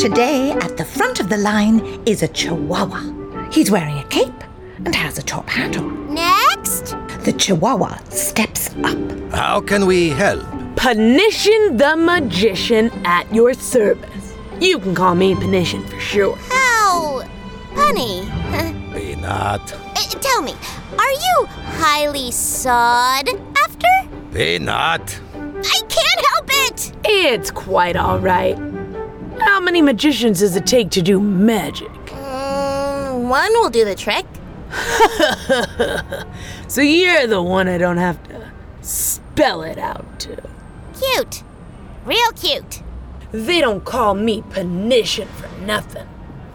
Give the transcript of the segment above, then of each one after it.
Today, at the front of the line is a Chihuahua. He's wearing a cape and has a top hat on. Next? The Chihuahua steps up. How can we help? Panition the magician at your service. You can call me Panition for sure. How? Punny. Peanut. Uh, eh, tell me, are you highly sawed after? Peanut. I can't help it! It's quite all right. How many magicians does it take to do magic? Mm, one will do the trick. So you're the one I don't have to spell it out to. Cute. Real cute. They don't call me Panition for nothing.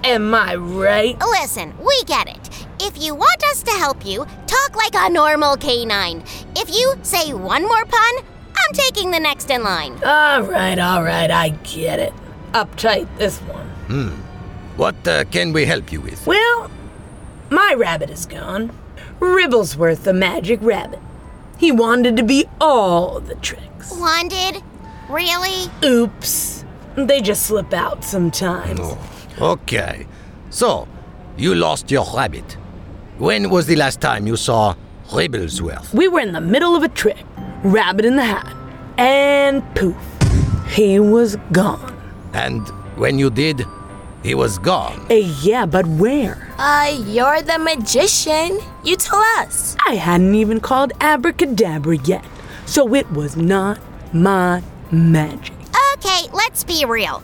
Am I right? Listen, we get it. If you want us to help you, talk like a normal canine. If you say one more pun, I'm taking the next in line. All right, all right, I get it. Uptight this one. What uh, can we help you with? Well, my rabbit is gone. Ribblesworth, the magic rabbit. He wanted to be all the tricks. Wanted? Really? Oops. They just slip out sometimes. Oh, Okay. So, you lost your rabbit. When was the last time you saw Ribblesworth? We were in the middle of a trick. Rabbit in the hat. And poof. He was gone. And when you did, he was gone. Eh, yeah, but where? Uh, you're the magician. You tell us. I hadn't even called abracadabra yet. So it was not my magic. Okay, let's be real.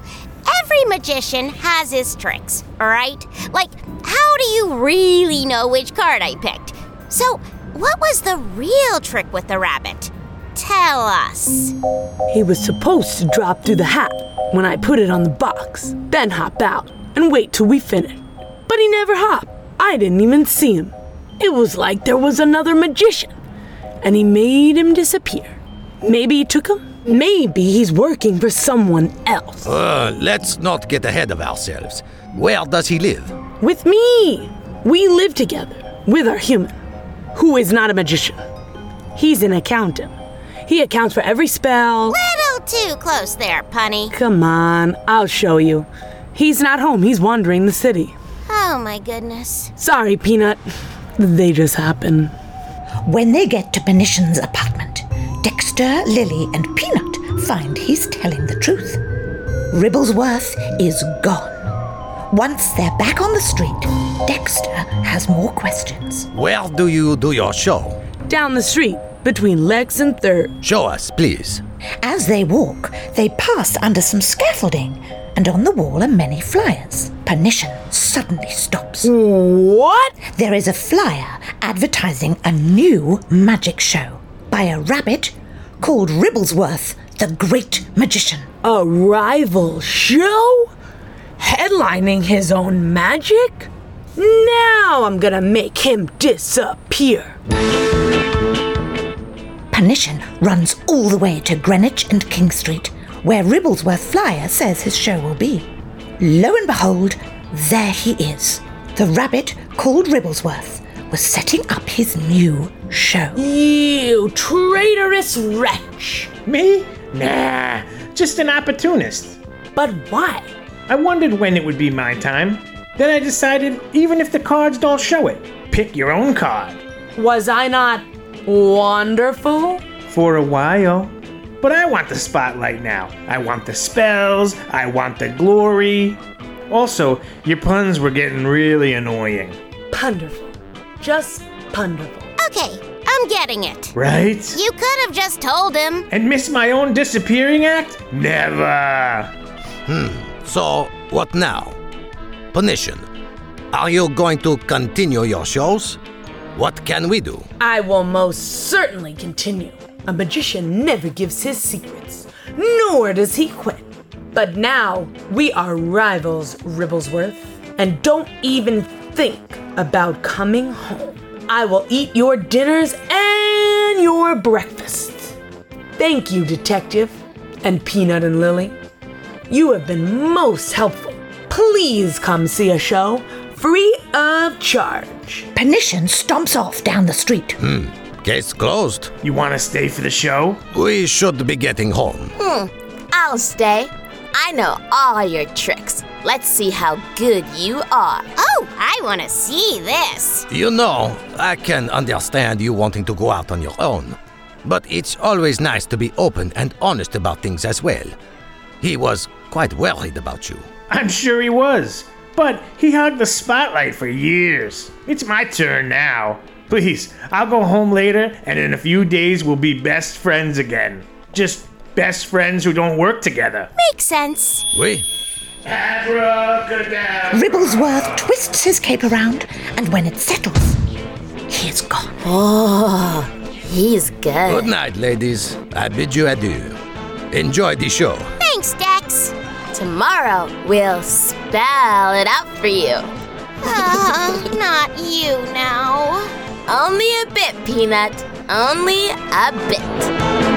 Every magician has his tricks, right? Like, how do you really know which card I picked? So, what was the real trick with the rabbit? Tell us. He was supposed to drop through the hat when I put it on the box, then hop out and wait till we finished. But he never hopped. I didn't even see him. It was like there was another magician, and he made him disappear. Maybe he took him. Maybe he's working for someone else. Uh, let's not get ahead of ourselves. Where does he live? With me! We live together with our human, who is not a magician. He's an accountant. He accounts for every spell. Little too close there, punny. Come on, I'll show you. He's not home, he's wandering the city. Oh my goodness. Sorry, Peanut. They just happen. When they get to Panition's apartment, Dexter, Lily, and Peanut find he's telling the truth. Ribblesworth is gone. Once they're back on the street, Dexter has more questions. Where do you do your show? Down the street, between Lex and Third. Show us, please. As they walk, they pass under some scaffolding, and on the wall are many flyers. Pernition suddenly stops. What? There is a flyer advertising a new magic show by a rabbit called Ribblesworth, the Great Magician. A rival show? Headlining his own magic? Now I'm gonna make him disappear. Pernition runs all the way to Greenwich and King Street, where Ribblesworth Flyer says his show will be. Lo and behold, there he is. The rabbit called Ribblesworth was setting up his new show. You traitorous wretch. Me? Nah, just an opportunist. But why? I wondered when it would be my time. Then I decided even if the cards don't show it, pick your own card. Was I not wonderful? For a while. But I want the spotlight now. I want the spells. I want the glory. Also, your puns were getting really annoying, Ponderful. Just ponderful. Okay, I'm getting it. right? You could have just told him. And miss my own disappearing act? Never! So, what now? Punition. Are you going to continue your shows? What can we do? I will most certainly continue. A magician never gives his secrets, nor does he quit. But now we are rivals, Ribblesworth, and don't even think about coming home. I will eat your dinners and your breakfasts. Thank you, Detective, and Peanut and Lily. You have been most helpful. Please come see a show free of charge. Penition stomps off down the street. Case closed. You wanna stay for the show? We should be getting home. I'll stay. I know all your tricks. Let's see how good you are. Oh, I want to see this. You know, I can understand you wanting to go out on your own, but it's always nice to be open and honest about things as well. He was quite worried about you. I'm sure he was. But he hugged the spotlight for years. It's my turn now. Please, I'll go home later, and in a few days, we'll be best friends again. Just best friends who don't work together. Makes sense. We? Abracadabra. Ribblesworth twists his cape around, and when it settles, he is gone. Oh, He's good. Good night, ladies. I bid you adieu. Enjoy the show. Thanks, Dex. Tomorrow we'll spell it out for you. Uh, not you now. Only a bit, Peanut. Only a bit.